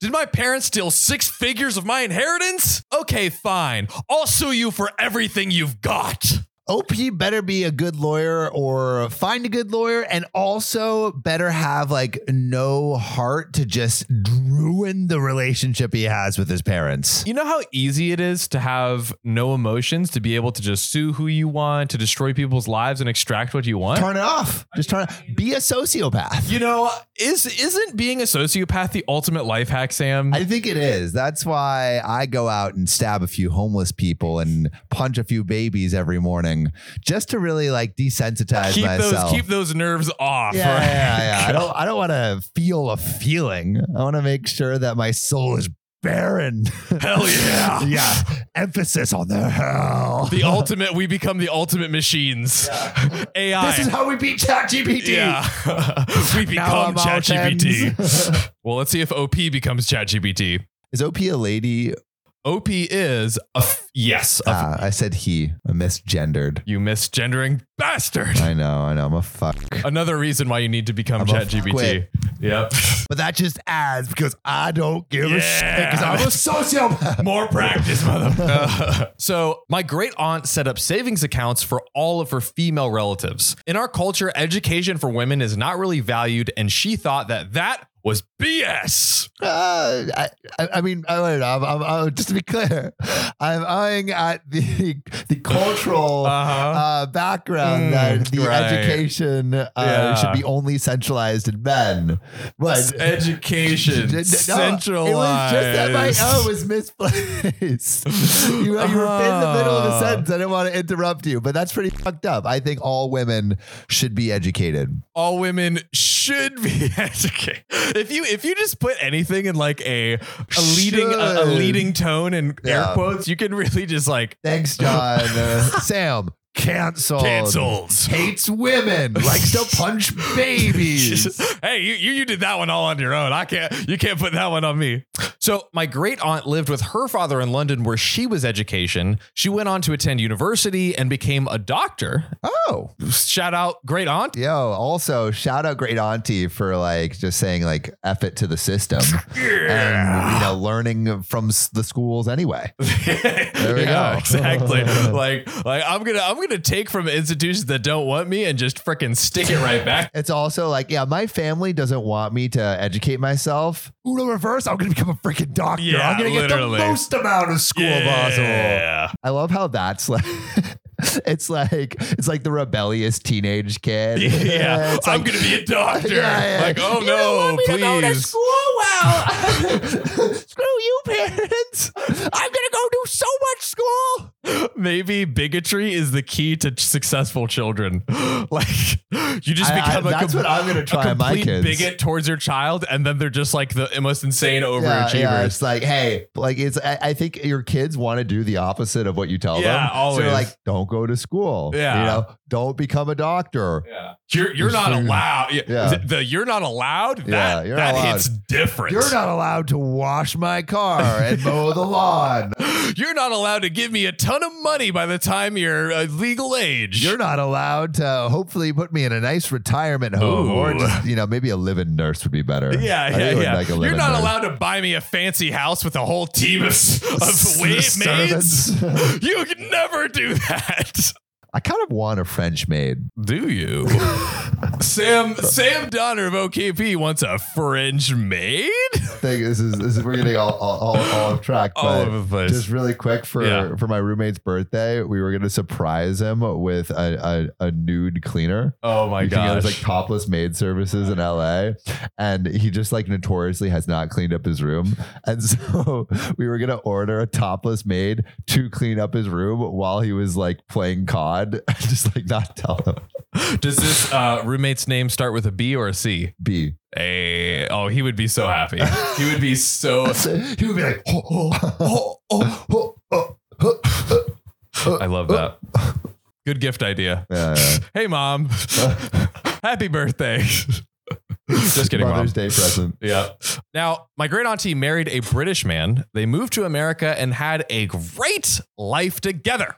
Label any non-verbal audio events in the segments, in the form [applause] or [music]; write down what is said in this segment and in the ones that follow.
Did my parents steal six figures of my inheritance? Okay, fine. I'll sue you for everything you've got. OP better be a good lawyer or find a good lawyer and also better have like no heart to just ruin the relationship he has with his parents. You know how easy it is to have no emotions, to be able to just sue who you want, to destroy people's lives and extract what you want? Turn it off. Just turn it Be a sociopath. You know, is isn't being a sociopath the ultimate life hack, Sam? I think it is. That's why I go out and stab a few homeless people and punch a few babies every morning just to really like desensitize keep myself. those keep those nerves off. yeah, right? yeah, yeah. I don't I don't want to feel a feeling. I want to make sure that my soul is barren. [laughs] Hell yeah. yeah. Emphasis on the hell. The ultimate, we become the ultimate machines. [laughs] AI. this is how we beat ChatGPT. yeah. [laughs] we become I'm all ChatGPT. [laughs] well, let's see if OP becomes ChatGPT. Is OP a lady? OP is a f- yes. A f- Ah, I said he. I misgendered. you misgendering bastard. I know, I know. I'm a fuck. Another reason why you need to become I'm a ChatGPT. [laughs] Yep. But that just adds because I don't give a shit because Yeah. I'm [laughs] a sociopath. More practice, [laughs] mother. [laughs] so, my great aunt set up savings accounts for all of her female relatives. In our culture, education for women is not really valued, and she thought that that was BS. Uh, I, I- I mean, I don't know. I'm, I'm, I'm- just to be clear, I'm eyeing at the the cultural uh [laughs] Uh-huh. background Mm, that the right. education uh, Yeah. should be only centralized in men. But Education [laughs] No, it was just that my O was misplaced. [laughs] you, you were in the middle of a Ah. sentence. I didn't want to interrupt you, but that's pretty fucked up. I think all women should be educated. all women should be [laughs] educated. If you if you just put anything in like a, a leading a, a Should. leading tone and Yeah. air quotes, you can really just like Thanks, John. Uh, Sam, canceled. canceled. [laughs] Hates women. Likes to punch [laughs] babies. hey, you, you you did that one all on your own. I can't you can't put that one on me. So my great aunt lived with her father in London where she was education. She went on to attend university and became a [laughs] doctor. Oh, Shout out great aunt. yo! Also, shout out great auntie for like just saying like "f it to the system" and you know learning from s- the schools anyway. there [laughs] we go. [laughs] Exactly. like, like I'm gonna I'm gonna take from institutions that don't want me and just frickin' stick it right back. It's also like, yeah, my family doesn't want me to educate myself. Uno reverse, I'm going to become a freaking doctor. Yeah, I'm going to get the literally. most amount of school possible. I love how that's like. [laughs] It's like it's like the rebellious teenage kid. [laughs] Yeah, [laughs] It's I'm like, gonna be a doctor. [laughs] Yeah, yeah. Like, oh no, please. school [laughs] well. [laughs] Screw you, parents. I'm gonna go do so much school. Maybe bigotry is the key to successful children. [gasps] like, you just I- I- become a that's com- what I'm gonna a try my complete kids. bigot towards your child, and then they're just like the most insane Yeah, overachievers. yeah, it's like, hey, like it's. I, I think your kids want to do the opposite of what you tell Yeah, them. So always. you're like, don't go to school. Yeah. you know, don't become a doctor. Yeah. You're you're not allowed. Yeah. [laughs] Yeah. The, the you're not allowed. That, Yeah, you're that not allowed. hits different. You're not allowed to wash my car and [laughs] mow the lawn. [gasps] You're not allowed to give me a ton of money by the time you're uh, legal age. You're not allowed to hopefully put me in a nice retirement home, Ooh. or just you know maybe a live-in nurse would be better. I [laughs] yeah, think I yeah, would yeah. like a You're live-in not nurse. allowed to buy me a fancy house with a whole team of, of [laughs] S- wait, maids. servants. [laughs] You could never do that. I kind of want a French maid. [laughs] Do you? Sam Sam Donner of OKP wants a French maid? I think this is, this is we're getting all all, all, all off track. All but over the place. Just really quick for Yeah. for my roommate's birthday, we were gonna surprise him with a a, a nude cleaner. Oh my You think it was gosh. like topless maid services in LA, and he just like notoriously has not cleaned up his room, and [laughs] so we were gonna order a topless maid to clean up his room while he was like playing COD, [laughs] just like not tell him. Does this uh, roommate's name start with a B or a C? B. Hey, oh, he would be so happy. [laughs] He would be [laughs] so. he would be like, oh, oh, oh, oh, oh, oh, oh, I love that. Good gift idea. [laughs] Yeah, yeah. Hey, mom. Happy birthday. Just kidding, Mom. Mother's Day present. Yeah. Now, my great auntie married a British man. They moved to America and had a great life together.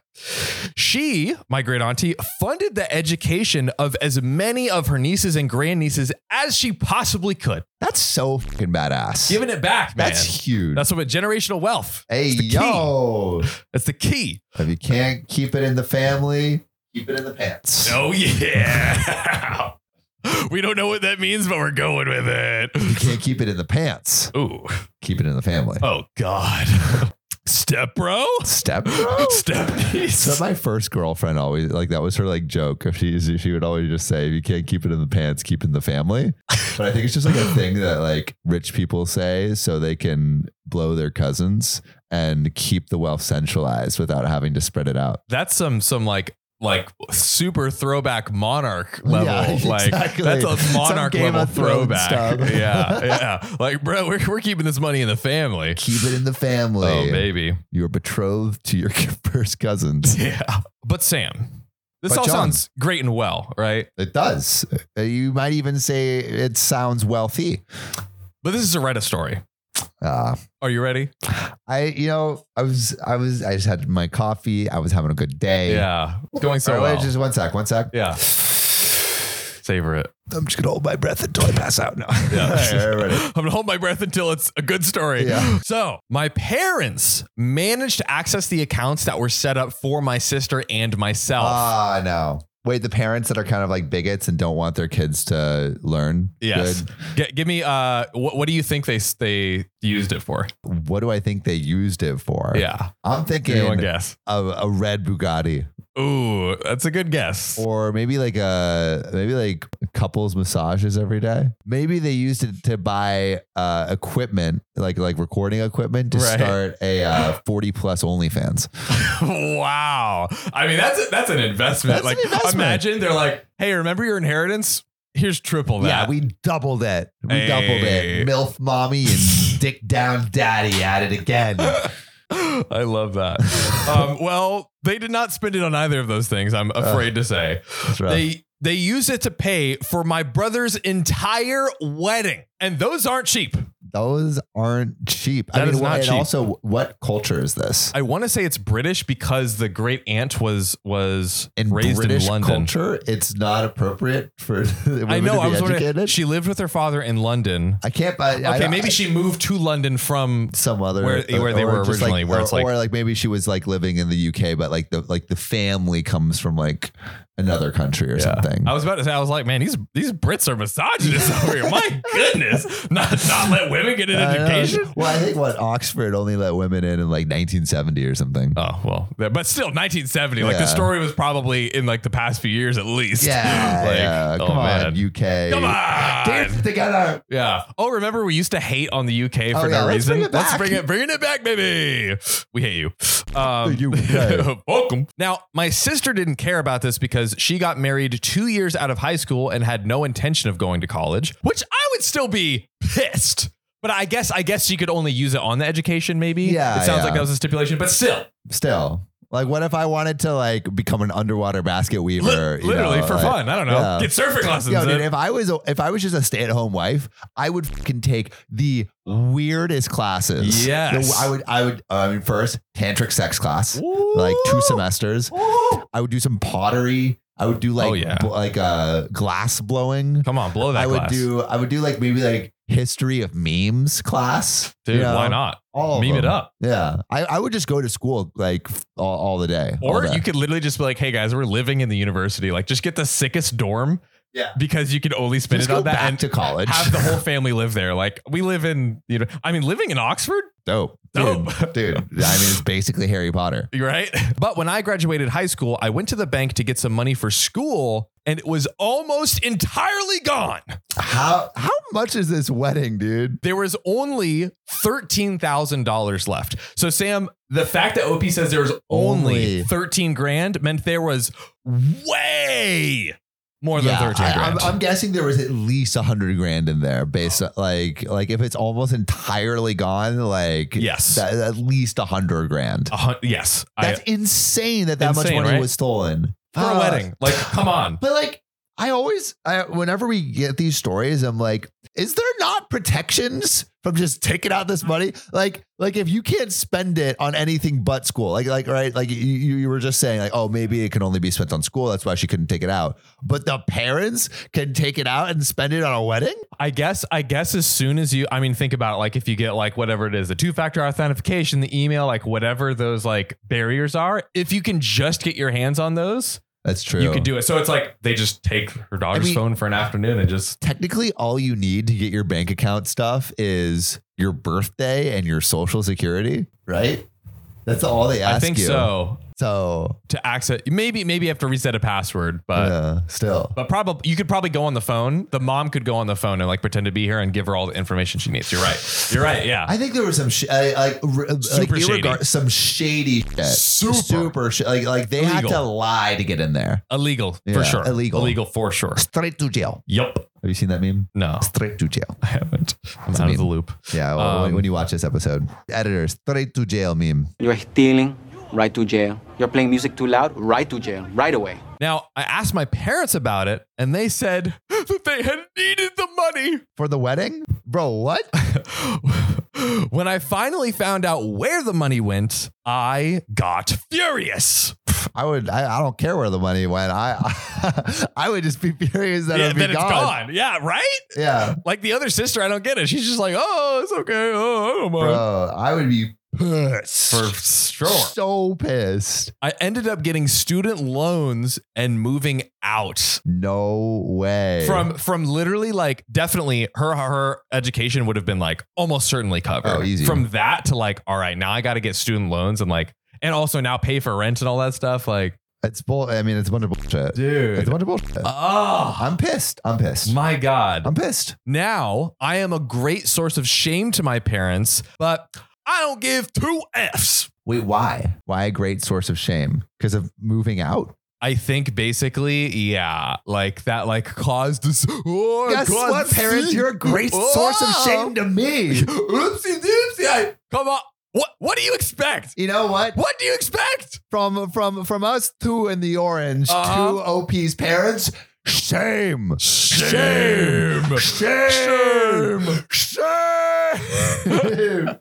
She, my great auntie, funded the education of as many of her nieces and grandnieces as she possibly could, That's so fucking badass. giving it back, man. That's That's, huge. what generational wealth. hey the key. yo, That's the key. if you can't keep it in the family, keep it in the pants. [laughs] Oh yeah. [laughs] we don't know what that means, but we're going with it. If you can't keep it in the pants, Ooh. keep it in the family. Oh God. Step bro. [laughs] Step. Step So my first girlfriend always like that was her like joke. If she she would always just say, "If you can't keep it in the pants, keep it in the family." But I think it's just like a thing that like rich people say so they can blow their cousins and keep the wealth centralized without having to spread it out. that's some some like like super throwback monarch level [laughs] Yeah, like exactly. that's a Some monarch Game level of Thrones throwback [laughs] stuff. yeah yeah like bro we're, we're keeping this money in the family Keep it in the family. oh baby You're betrothed to your [laughs] first cousins. yeah but sam this But all John. sounds great and well right It does. Uh, You might even say it sounds wealthy. but this is a reddit story Uh, are you ready I, you know, I was, I was, I just had my coffee. I was having a good day. yeah it's going So so well just one sec, one sec. yeah savor it I'm just gonna hold my breath until I pass out now. [laughs] [laughs] I'm gonna hold my breath until it's a good story. Yeah. So my parents managed to access the accounts that were set up for my sister and myself. Ah, no. Wait, the parents that are kind of like bigots and don't want their kids to learn. Yes. G- give me uh, what, what do you think they s- they used it for? Good. What do I think they used it for? Yeah, I'm give me one thinking guess. of a red Bugatti, Ooh, that's a good guess. or maybe like a maybe like couples massages every day. Maybe they used it to buy uh, equipment, like like recording equipment, to Right. start a uh, 40 plus OnlyFans. [laughs] wow. I mean, that's a, that's an investment. That's an like, investment. imagine they're like, hey, remember your inheritance? Here's triple that. Yeah, we doubled it. We doubled Hey. it. MILF mommy [laughs] and dick down daddy at it again. [gasps] I love that. [laughs] um, well, they did not spend it on either of those things. I'm Uh, afraid to say. That's rough. They they used it to pay for my brother's entire wedding, and those aren't cheap. Those aren't cheap. That I mean, is not and cheap. also, what culture is this? I want to say it's British because the great aunt was was In raised British in London. culture, it's not appropriate for [laughs] women I know. to I be was wondering. educated. She lived with her father in London. I can't. I, Okay, I, maybe I- she moved to London from. some other uh, Where- where they or were just originally, like, where or, it's like- or like maybe she was like living in the UK, but like the like the family comes from like another country or something. I was about to say. I was like, man, these these Brits are misogynists [laughs] over here. My goodness, not not let women get an I know. education. Well, I think what Oxford only let women in in like 1970 or something. Oh well, there- but still, 1970. Like the Yeah. story was probably in like the past few years at least. [laughs] Yeah, [laughs] Like, yeah. oh, Come on, man. UK. Come Dance on. together. Yeah. Oh, remember we used to hate on the UK Oh, for yeah, no let's reason. bring it Let's back. bring it, bringing it back, baby. We hate you. Um, [laughs] The UK. welcome. Now, my sister didn't care about this because she got married two years out of high school and had no intention of going to college, which I would still be pissed. But I guess I guess she could only use it on the education, maybe. Yeah, It sounds like yeah. that was a stipulation, but still. Still, like, what if I wanted to like become an underwater basket weaver? Li- you literally know, for like- fun. I don't know. yeah. Get surfing lessons. Yo, dude, in. if I was if I was just a stay at home wife, I would fucking take the weirdest classes. Yes. The- I would. I would. uh, I mean, first tantric sex class, like two semesters. Ooh. I would do some pottery. I would do like Oh, yeah. bl- like uh, glass blowing. Come on, blow that I would glass. do. I would do like maybe like history of memes class. Dude, you know? why not? All of Meme it them. up. Yeah, I, I would just go to school like f- all, all the day. all Or day. you could literally just be like, hey guys, we're living in the university. Like, just get the sickest dorm. Yeah. Because you can only spend just it go on that back and to college. have the whole family live there. Like, we live in, you know, I mean, living in Oxford, [laughs] dope, dude, Dope. dude. I mean, it's basically Harry Potter. You're right? [laughs] But when I graduated high school, I went to the bank to get some money for school and it was almost entirely gone. How how much is this wedding, dude? there was only $13,000 left. So, Sam, the fact that OP says there was only Only. 13 grand meant there was way more than 13 I, grand. am I'm guessing there was at least a hundred grand in there, based on, like like if it's almost entirely gone, like Yes. that, at least a hundred grand. A hun- yes. I, That's insane that that Insane, much money right? was stolen for a Fuck. wedding. Like, come on. But like, I always, I, whenever we get these stories, I'm like, is there not protections from just taking out this money? Like, like if you can't spend it on anything but school, like, like, right, like you, you you were just saying, like, oh, maybe it can only be spent on school. That's why she couldn't take it out. But the parents can take it out and spend it on a wedding. [laughs] I guess I guess as soon as you I mean think about it, like if you get like whatever it is the two factor authentication the email like whatever those like barriers are if you can just get your hands on those That's true. you could do it so it's like they just take her daughter's mean- phone for an afternoon and just technically all you need to get your bank account stuff is your birthday and your social security, right? That's all they ask I think you. so So, to access maybe maybe you have to reset a password but yeah, still. But probably you could probably go on the phone. The mom could go on the phone and like pretend to be her and give her all the information she needs. You're right. You're right. Yeah. I think there was some sh- I, like r- uh, like, Super irregar- shady. some shady shit. Super. super sh- like like they had to Illegal. lie to get in there. illegal Yeah, for sure. illegal. Illegal for sure. Straight to jail. Yep. Have you seen that meme? No, Straight to jail. I haven't. I'm a out of the meme. loop. [laughs] Yeah, well, when- Um, when you watch this episode, editors, straight to jail meme. You're stealing, right to jail. You're playing music too loud, right to jail, right away. Now I asked my parents about it, and they said [gasps] that they had needed the money. [sighs] For the wedding? Bro, [laughs] what? when I finally found out where the money went, I got furious. I would. I, I don't care where the money went. I [laughs] I would just be furious that Yeah, it'd be then it's gone. gone. Yeah, right? Yeah, Like the other sister, I don't get it. She's just like, oh, it's okay. Oh, I don't mind. bro. I would be pissed. For [laughs] sure. So pissed. I ended up getting student loans and moving out No way. from from literally like definitely her her education would have been like almost certainly covered. Oh, easy. From that to like, all right, now I got to get student loans and like, and also now pay for rent and all that stuff. Like, it's bull. I mean, it's a bunch of bullshit. It's a dude, bunch of bullshit. oh Uh, I'm pissed. I'm pissed. my god. I'm pissed. Now I am a great source of shame to my parents, but I don't give two f's. Wait, why? Why a great source of shame? Because of moving out. I think basically, yeah, like that, like caused this. Oh, I Guess caused what, parents? sin. You're a great source of Oh. shame to [laughs] me. Oopsie doopsie! I, come on, what what do you expect? You know what? What do you expect? From from from us two in the orange, Uh-huh. two OP's parents. Shame. Shame, Shame. Shame. [laughs]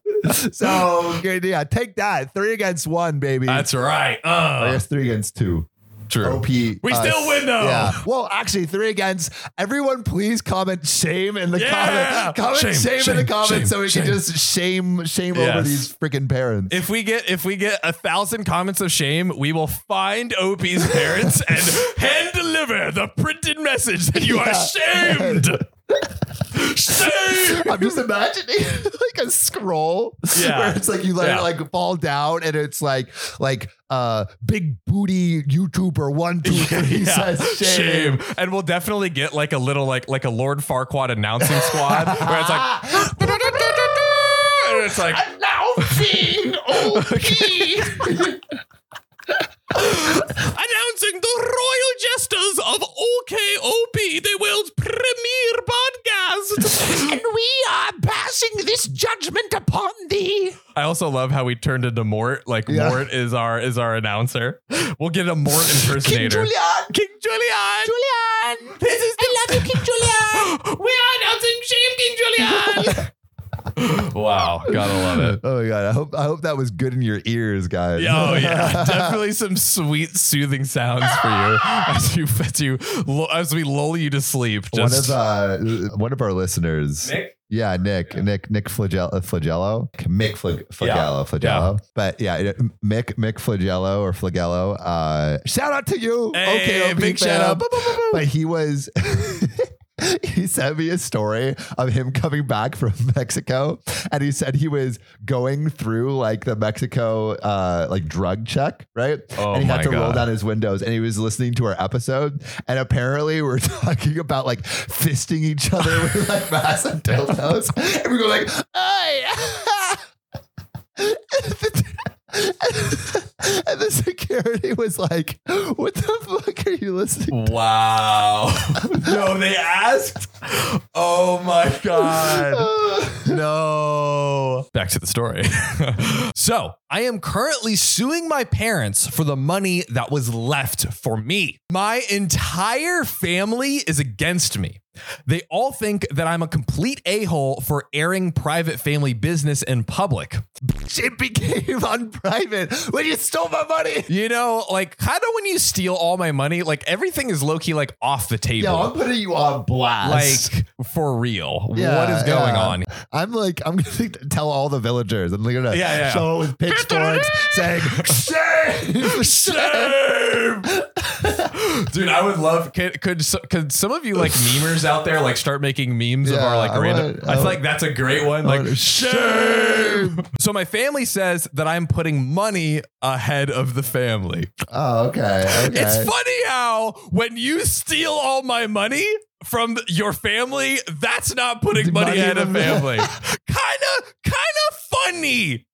so [laughs] okay, yeah, take that. Three against one, baby. That's right. I Uh, guess three against two. true. OP. We still win, though. uh, Yeah. Well, actually, three against. Everyone, please comment shame in the Yeah. comment. Comment shame, Shame, in the shame, comments shame, so we shame. can just shame shame over Yes. these freaking parents. If we get if we get a thousand comments of shame, we will find Opie's [laughs] parents and hand deliver the printed message that you are shamed. [laughs] Shame. I'm just imagining [laughs] like a scroll Yeah. [laughs] where it's like you let Yeah. it like fall down and it's like like uh big booty YouTuber [laughs] one two three Yeah. says [laughs] shame. And we'll definitely get like a little like like a Lord Farquaad announcing [laughs] squad where it's like Ah. and it's [laughs] like announcing [laughs] OP. announcing the royal jesters of OKOP, the world's premier podcast. [laughs] and we are passing this judgment upon thee. I also love how we turned into Mort. Like Yeah. Mort is our is our announcer. We'll get a Mort King impersonator. Julian. King Julian. Julian. This is I love you, King Julian. we are announcing [gasps] shame, King Julian. [laughs] wow, gotta love it. Oh my god, I hope I hope that was good in your ears, guys. Oh yeah, definitely some sweet soothing sounds for you as you as you lo- as we lull you to sleep. [laughs] one Just of uh, one of our listeners, Nick? Yeah, Nick, Nick, Nick Flagell- Flagello, Mick Flag- Flagello, Flagello. But yeah, it- Mick, Mick Flagello or Flagello. Uh, shout out to you. Hey, OKOP big shout fam. out. Boo, boo, boo, [laughs] boo. But he was. He sent me a story of him coming back from [laughs] Mexico, and he said he was going through like the Mexico uh, like drug check, right? Oh and he my had to roll God. down his windows, and he was listening to our episode, and apparently we're [laughs] talking about like fisting each other with like massive dildos, and we go like, "Hey!" [laughs] and the security was like, "What the fuck are you listening?" wow. [laughs] no, they asked. Oh my god. to? No. back to the story. [laughs] so I am currently suing my parents for the money that was left for me. My entire family is against me. They all think that I'm a complete a hole for airing private family business in public. [laughs] It became on private when you stole my money. You know, like kind of when you steal all my money, like everything is low key like off the table. Yo, I'm putting you on blast. like for real, Yeah, what is going yeah. on? I'm like, I'm gonna tell all the villagers. I'm gonna Yeah, yeah. show it [laughs] with pitchforks, saying, "Shame, [laughs] shame." [laughs] Dude, I would love. Could could, s- could some of you like memers out there like start making memes of Yeah, our like I random? would- I, I feel would- like that's a great one. Like would- shame. So my family says that I'm putting money ahead of the family. Oh, okay, okay. It's funny how when you steal all my money from your family, that's not putting The money, money ahead of from- [laughs] family. kind of kind of funny.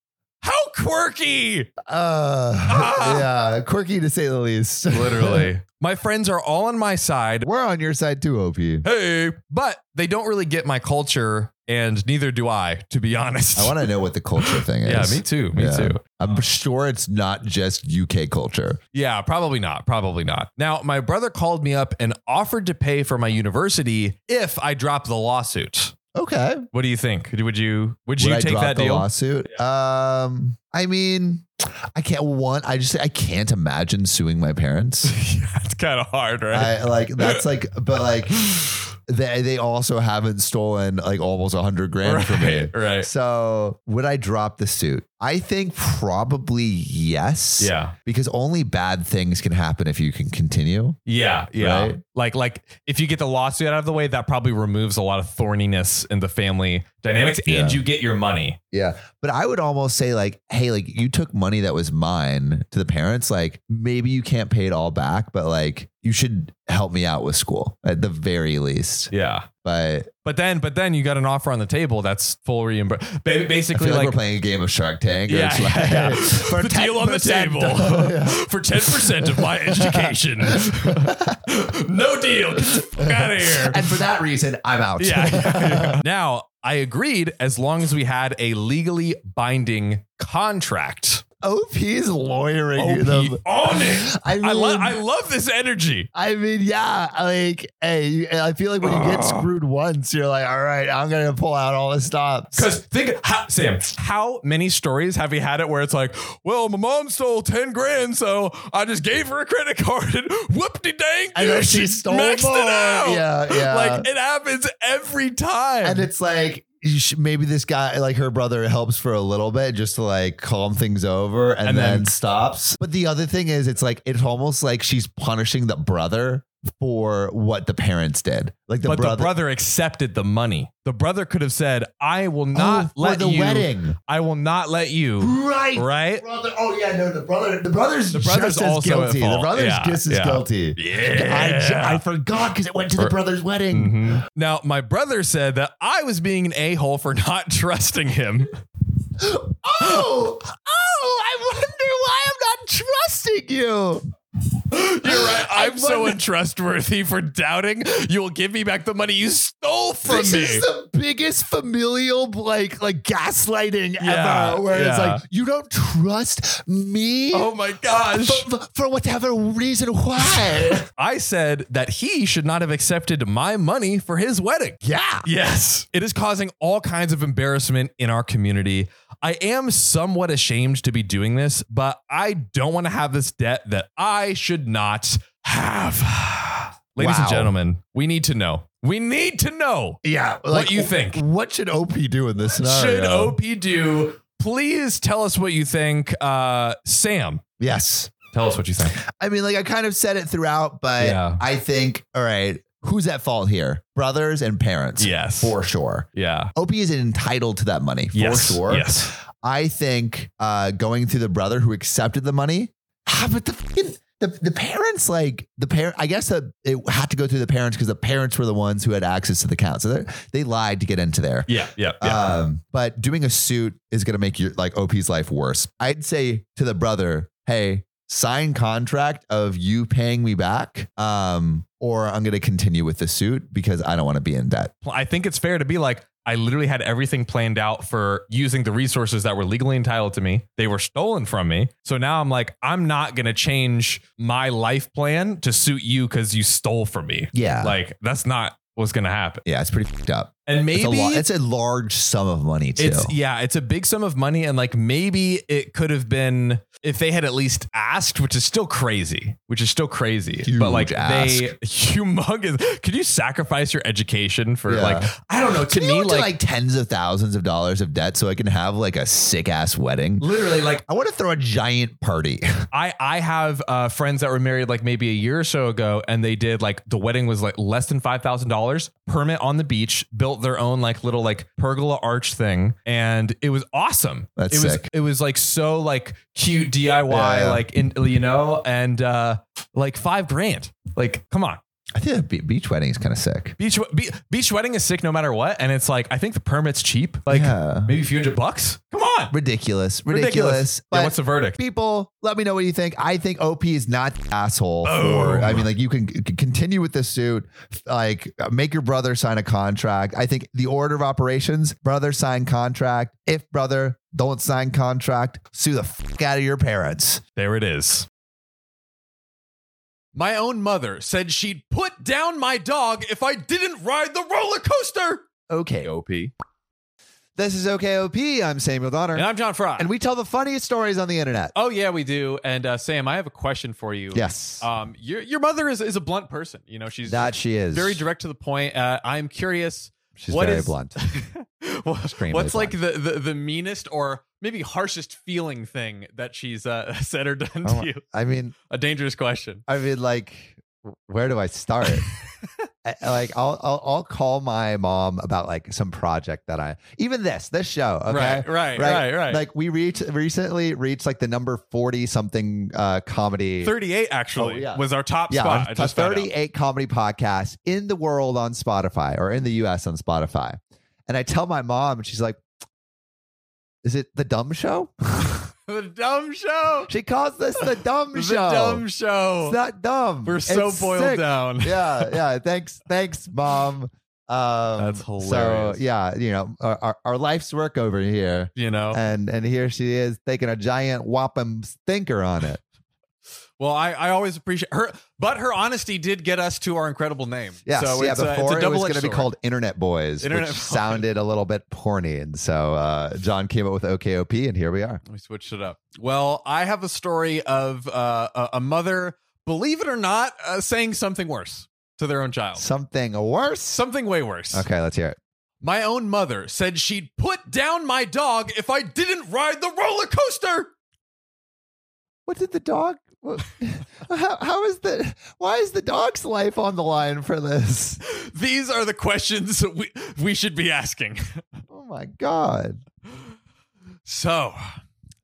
How quirky. Uh, Ah. Yeah, quirky to say the least. [laughs] [laughs] my friends are all on my side. We're on your side too, OP. hey, but they don't really get my culture, and neither do I, to be honest. I want to know what the culture thing [laughs] is. yeah, me too. Me Yeah. too. I'm sure it's not just UK culture. Yeah, probably not. Probably not. Now, my brother called me up and offered to pay for my university if I drop the lawsuit. Okay. What do you think? Would you would Would you I take drop that the deal? [laughs] lawsuit? Um, I mean, I can't want. I just I can't imagine suing my parents. yeah, it's kind of hard, [laughs] right? I like that's like, but like they they also haven't stolen like almost a hundred grand right, from me. right. So would I drop the suit? I think probably yes. Yeah. because only bad things can happen if you can continue. Yeah, yeah. Right? Like, like if you get the lawsuit out of the way, that probably removes a lot of thorniness in the family dynamics, Yeah. and you get your money. Yeah. But I would almost say, like, hey, like you took money that was mine to the parents. Like, maybe you can't pay it all back, but like you should help me out with school at the very least. Yeah. But But then, but then you got an offer on the table that's full reimbursement. I feel Basically, like, like, we're playing a game of Shark Tank. or yeah, it's [laughs] like- yeah, yeah. For the deal on the 10%. table [laughs] Yeah. for ten percent of my education. no deal. Get the fuck out [laughs] of here. [laughs] And for that reason, I'm out. [laughs] Yeah, yeah. Now I agreed as long as we had a legally binding contract. OP's lawyering OP them. on it. I I, lo- mean- I love this energy. I mean, yeah, like, hey, you- I feel like when [sighs] you get screwed once, you're like, all right, I'm gonna pull out all the stops. Because think, how, Sam, how many stories have you had it where it's like, well, my mom stole 10 grand, so I just gave her a credit card and whoop de dang. And then she stole maxed more. it out. Yeah, yeah. Like it happens every time. and it's like you sh- maybe this guy like her brother helps for a little bit just to like calm things over and, And then- then, stops but the other thing is it's like it's almost like she's punishing the brother for what the parents did like the but brother the brother accepted the money. The brother could have said, I will not Oh, let for the you. wedding I will not let you. right Right? brother oh yeah no the brother the brother's The brother's just as also at guilty the fault. brother's Yeah, just as yeah. guilty I, ju- I forgot because it went to the For- Mm-hmm. brother's wedding Now, my brother said that I was being an a hole for not [laughs] trusting him. oh oh i wonder why i'm not trusting you You're right. I I'm so wonder- untrustworthy for doubting you will give me back the money you stole from this me. is the biggest familial like like gaslighting Yeah, ever where it's yeah. like you don't trust me oh my gosh. for, for whatever reason why I said that he should not have accepted my money for his wedding. yeah Yes. It is causing all kinds of embarrassment in our community. I am somewhat ashamed to be doing this, but I don't want to have this debt that I should not have. Ladies and Wow. gentlemen, we need to know. We need to know. yeah What you think? what should op do in this scenario Should OP do? Please tell us what you think. Uh, Sam, yes tell us what you think. i mean like i kind of said it throughout but Yeah. i think all right who's at fault here brothers and parents Yes. for sure Yeah. op is entitled to that money for yes. sure Yes. I think uh, going through the brother who accepted the money, ah, but the fucking, the, the parents like the parent. I guess that it had to go through the parents because the parents were the ones who had access to the account, so they- they lied to get into there. Yeah. Yeah. Yeah. Um, but doing a suit is going to make your like OP's life worse. I'd say to the brother, hey, sign contract of you paying me back, um, or I'm going to continue with the suit because I don't want to be in debt. I think it's fair to be like, I literally had everything planned out for using the resources that were legally entitled to me. They were stolen from me. So now I'm like, I'm not going to change my life plan to suit you because you stole from me. Yeah. Like, that's not what's going to happen. yeah, it's pretty fucked up. And maybe It's a, lo- it's a large sum of money too. it's yeah, it's a big sum of money, and like maybe it could have been if they had at least asked, which is still crazy, which is still crazy. but like ask. they [laughs] humongous. Could you sacrifice your education for Yeah. like I don't know? To Can you me, go like, to like tens of thousands of dollars of debt so I can have like a sick ass wedding. literally, like I want to throw a giant party. [laughs] I I have uh, friends that were married like maybe a year or so ago, and they did like the wedding was like less than five thousand dollars. Permit on the beach, built their own like little like pergola arch thing, and it was awesome. That's it was sick. it was like so like cute DIY Yeah, yeah. like in you know and uh like five grand. Like come on, I think a be- beach wedding is kind of sick. beach be, beach wedding is sick no matter what, and it's like I think the permit's cheap, like Yeah. maybe a few hundred bucks. Come on, Ridiculous, ridiculous. Yeah, But what's the verdict? people, let me know what you think. I think OP is not the asshole. Oh. For, I mean, like you can c- continue with this suit, like uh, make your brother sign a contract. I think the order of operations: brother sign contract. If brother don't sign contract, sue the fuck out of your parents. There it is. My own mother said she'd put down my dog if I didn't ride the roller coaster. Okay, OP. this is okay. OP. I'm Samuel Donner, And I'm John Fry. and we tell the funniest stories on the internet. oh yeah, we do. And uh, Sam, I have a question for you. Yes, Um, your your mother is is a blunt person. You know, she's that she is very direct to the point. Uh, I'm curious. She's what very is- [laughs] blunt. What- Extremely what's like the, the the meanest or maybe harshest feeling thing that she's uh, [laughs] said or done Oh, to you? I mean, A dangerous question. I mean, like, where do [laughs] I start? I- like, I'll, I'll I'll call my mom about like some project that I even this this show. Okay, Right, right, right, right. Like we reached recently reached like the number forty something uh comedy. 38 actually Oh, yeah. was our top yeah, spot. on- I top just found out. 38 comedy podcasts in the world on Spotify or in the US on Spotify. And I tell my mom, and she's like, Is it the dumb show? the dumb show. she calls this the [laughs] [laughs] dumb The show. dumb It's show. not dumb. We're so It's boiled sick. down. [laughs] yeah, yeah. Thanks, thanks, mom. Um, That's hilarious. So yeah, you know, our, our, our life's work over here, [laughs] You know. and and here she is taking a giant whopping stinker on it. well, I, I always appreciate her, but her honesty did get us to our incredible name. Yes, so yeah. it's, a- it's Before a it was double going to be called Internet Boys, Internet [laughs] which Boys. sounded a little bit porny, and so uh, John came up with OKOP, and here we are. We switched it up. Well, I have a story of uh, a, a mother, believe it or not, uh, saying something worse to their own child. Something worse. Something way worse. Okay, let's hear it. My own mother said she'd put down my dog if I didn't ride the roller coaster. What did the dog? what- [laughs] How, how is the? Why is the dog's life on the line for this? [laughs] These are the questions [laughs] we, we should be asking. Oh my god! So,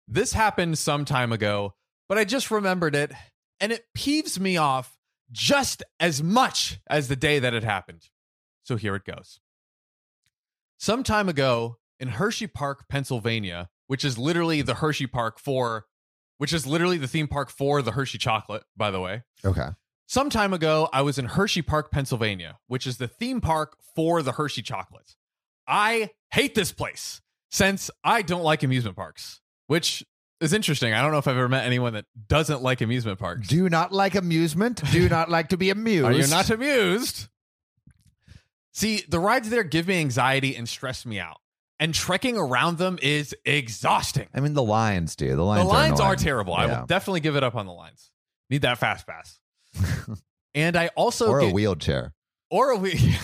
this happened some time ago, but I just remembered it, and it peeves me off just as much as the day that it happened. So, here it goes. Some time ago in Hershey Park, Pennsylvania, which is literally the Hershey Park for, which is literally the theme park for the Hershey chocolate, by the way. Okay. Some time ago, I was in Hershey Park, Pennsylvania, which is the theme park for the Hershey chocolate. I hate this place since I don't like amusement parks, which is interesting. I don't know if I've ever met anyone that doesn't like amusement parks. Do not like amusement. [laughs] Do not like to be amused. Are you not amused? See, the rides there give me anxiety and stress me out, and trekking around them is exhausting. I mean, the lines do. The lines, the lines are, annoying. terrible. I Yeah. will definitely give it up on the lines. Need that fast [laughs] pass. and I also Or a get- wheelchair. or we [laughs]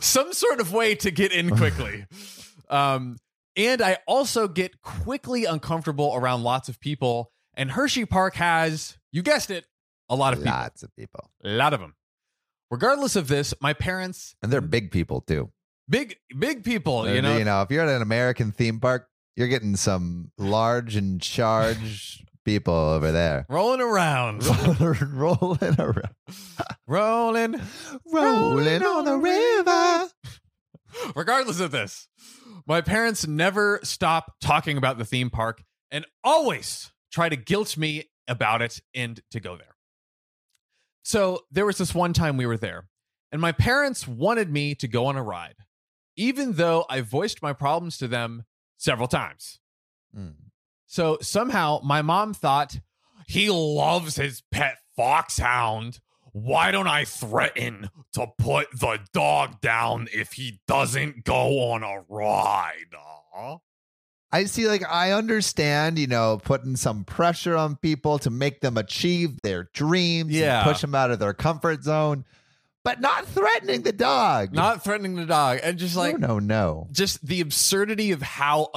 some sort of way to get in quickly. Um, and I also get quickly uncomfortable around lots of people. And Hershey Park has, you guessed it, a lot of people, Lots of people, a lot of them. Regardless of this, my parents, and they're big people too. big big people, They're- you know, if you're at an American theme park, you're getting some large and charge people over [laughs] there [laughs] rolling [laughs] around, rolling around, rolling. rolling on the river. [laughs] Regardless of this, my parents never stop talking about the theme park and always try to guilt me about it and to go there. So there was this one time we were there, and my parents wanted me to go on a ride. even though I voiced my problems to them several times. Mm. So somehow my mom thought he loves his pet foxhound. Why don't I threaten to put the dog down if he doesn't go on a ride? Aw. I see, like, I understand, you know, putting some pressure on people to make them achieve their dreams, and Yeah. push them out of their comfort zone, but not threatening the dog. Not threatening the dog and just like no, no, no. just the absurdity of how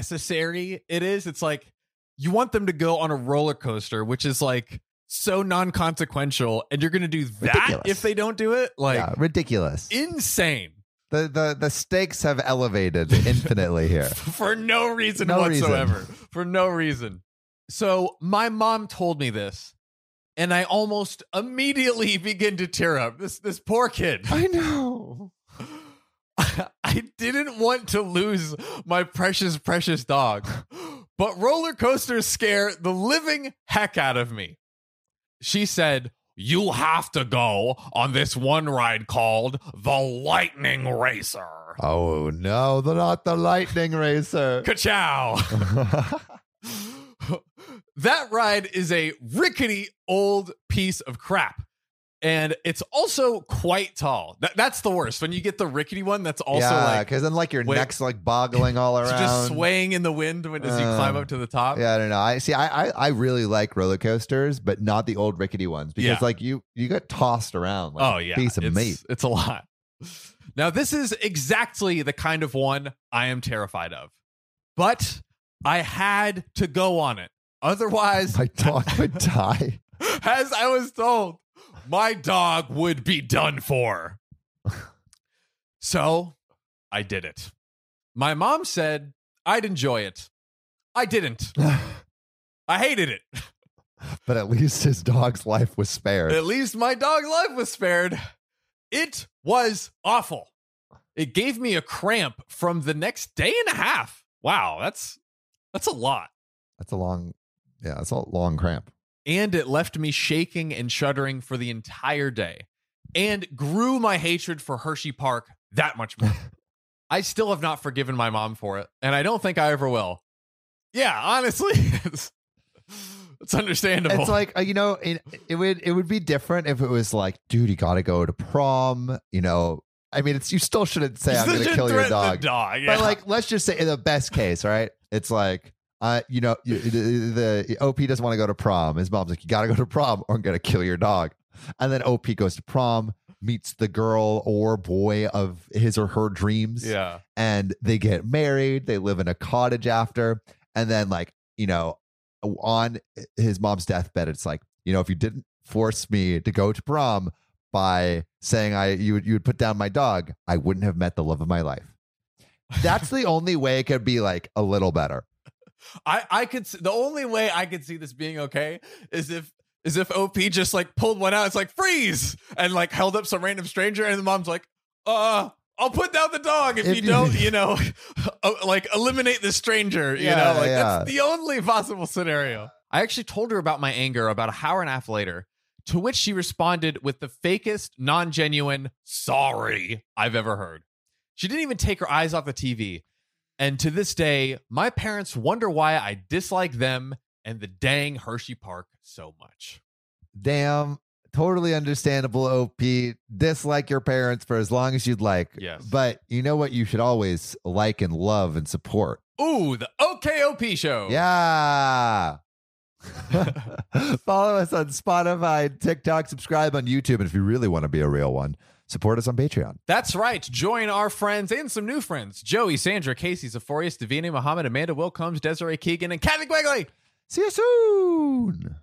unnecessary it is. It's like you want them to go on a roller coaster, which is like so non-consequential, and you're gonna do that Ridiculous. if they don't do it. Like yeah, ridiculous. insane the, the the stakes have [laughs] elevated infinitely here. for no reason No reason. whatsoever. For no reason. So my mom told me this, and I almost immediately [laughs] begin to tear up. This this poor kid. [laughs] I know. I didn't want to lose my precious, precious dog, but roller coasters scare the living heck out of me. She said, You have to go on this one ride called the Lightning Racer. Oh no, the, not the lightning racer. Ka-chow. [gasps] that ride is a rickety old piece of crap. And it's also quite tall. That, that's the worst. When you get the rickety one, that's [laughs] also yeah, like because then like your wait- neck's like [laughs] boggling all around. It's just swaying in the wind when as you Uh, climb up to the top. Yeah, I don't know. I see. I, I I really like roller coasters, but not the old rickety ones because Yeah. like you you get tossed around. Like oh yeah, a piece of it's, meat. It's a lot. Now this is exactly the kind of one I am terrified of, but I had to go on it. Otherwise, My [laughs] dog would die. as I was told, my dog would be done for. So I did it. My mom said I'd enjoy it. I didn't. I hated it. But at least his dog's life was spared. At least my dog life was spared. It was awful. It gave me a cramp from the next day and a half. Wow, that's that's a lot. that's a long, yeah, that's a long cramp. And it left me shaking and shuddering for the entire day and grew my hatred for Hershey Park that much [laughs] more. I still have not forgiven my mom for it, and I don't think I ever will. Yeah, honestly, [laughs] it's, it's understandable. It's like uh, you know, it, it would it would be different if it was like, dude, you got to go to prom. You know, I mean, it's you still shouldn't say You I'm going to shouldn't kill your threaten the dog. dog. But like, let's just say in the best case, right? It's like, uh, you know, you, the, the OP doesn't want to go to prom. His mom's like, you gotta go to prom, or I'm gonna kill your dog. And then OP goes to prom, meets the girl or boy of his or her dreams, yeah, and they get married. They live in a cottage after, and then like, you know, on his mom's deathbed, it's like, you know, if you didn't force me to go to prom by saying I you would you would put down my dog, I wouldn't have met the love of my life. That's the only way it could be like a little better. I I could s- the only way I could see this being okay is if is if OP just like pulled one out. It's like freeze and like held up some random stranger, and the mom's like, uh. I'll put down the dog if, If you you- don't, you know, uh, like eliminate the stranger, you Yeah, know, like yeah. that's the only possible scenario. I actually told her about my anger about an hour and a half later, to which she responded with the fakest, non genuine sorry I've ever heard. She didn't even take her eyes off the TV. And to this day, my parents wonder why I dislike them and the dang Hershey Park so much. Damn, totally understandable OP. Dislike your parents for as long as you'd like. Yes. But you know what you should always like and love and support. Ooh, the OKOP show. Yeah. Follow us on Spotify, TikTok, subscribe on YouTube. And if you really want to be a real one, support us on Patreon. That's right. Join our friends and some new friends Joey, Sandra, Casey, Zephorius, Davina, Muhammad, Amanda Wilcombs, Desiree Keegan, and Kathy Quigley. See you soon.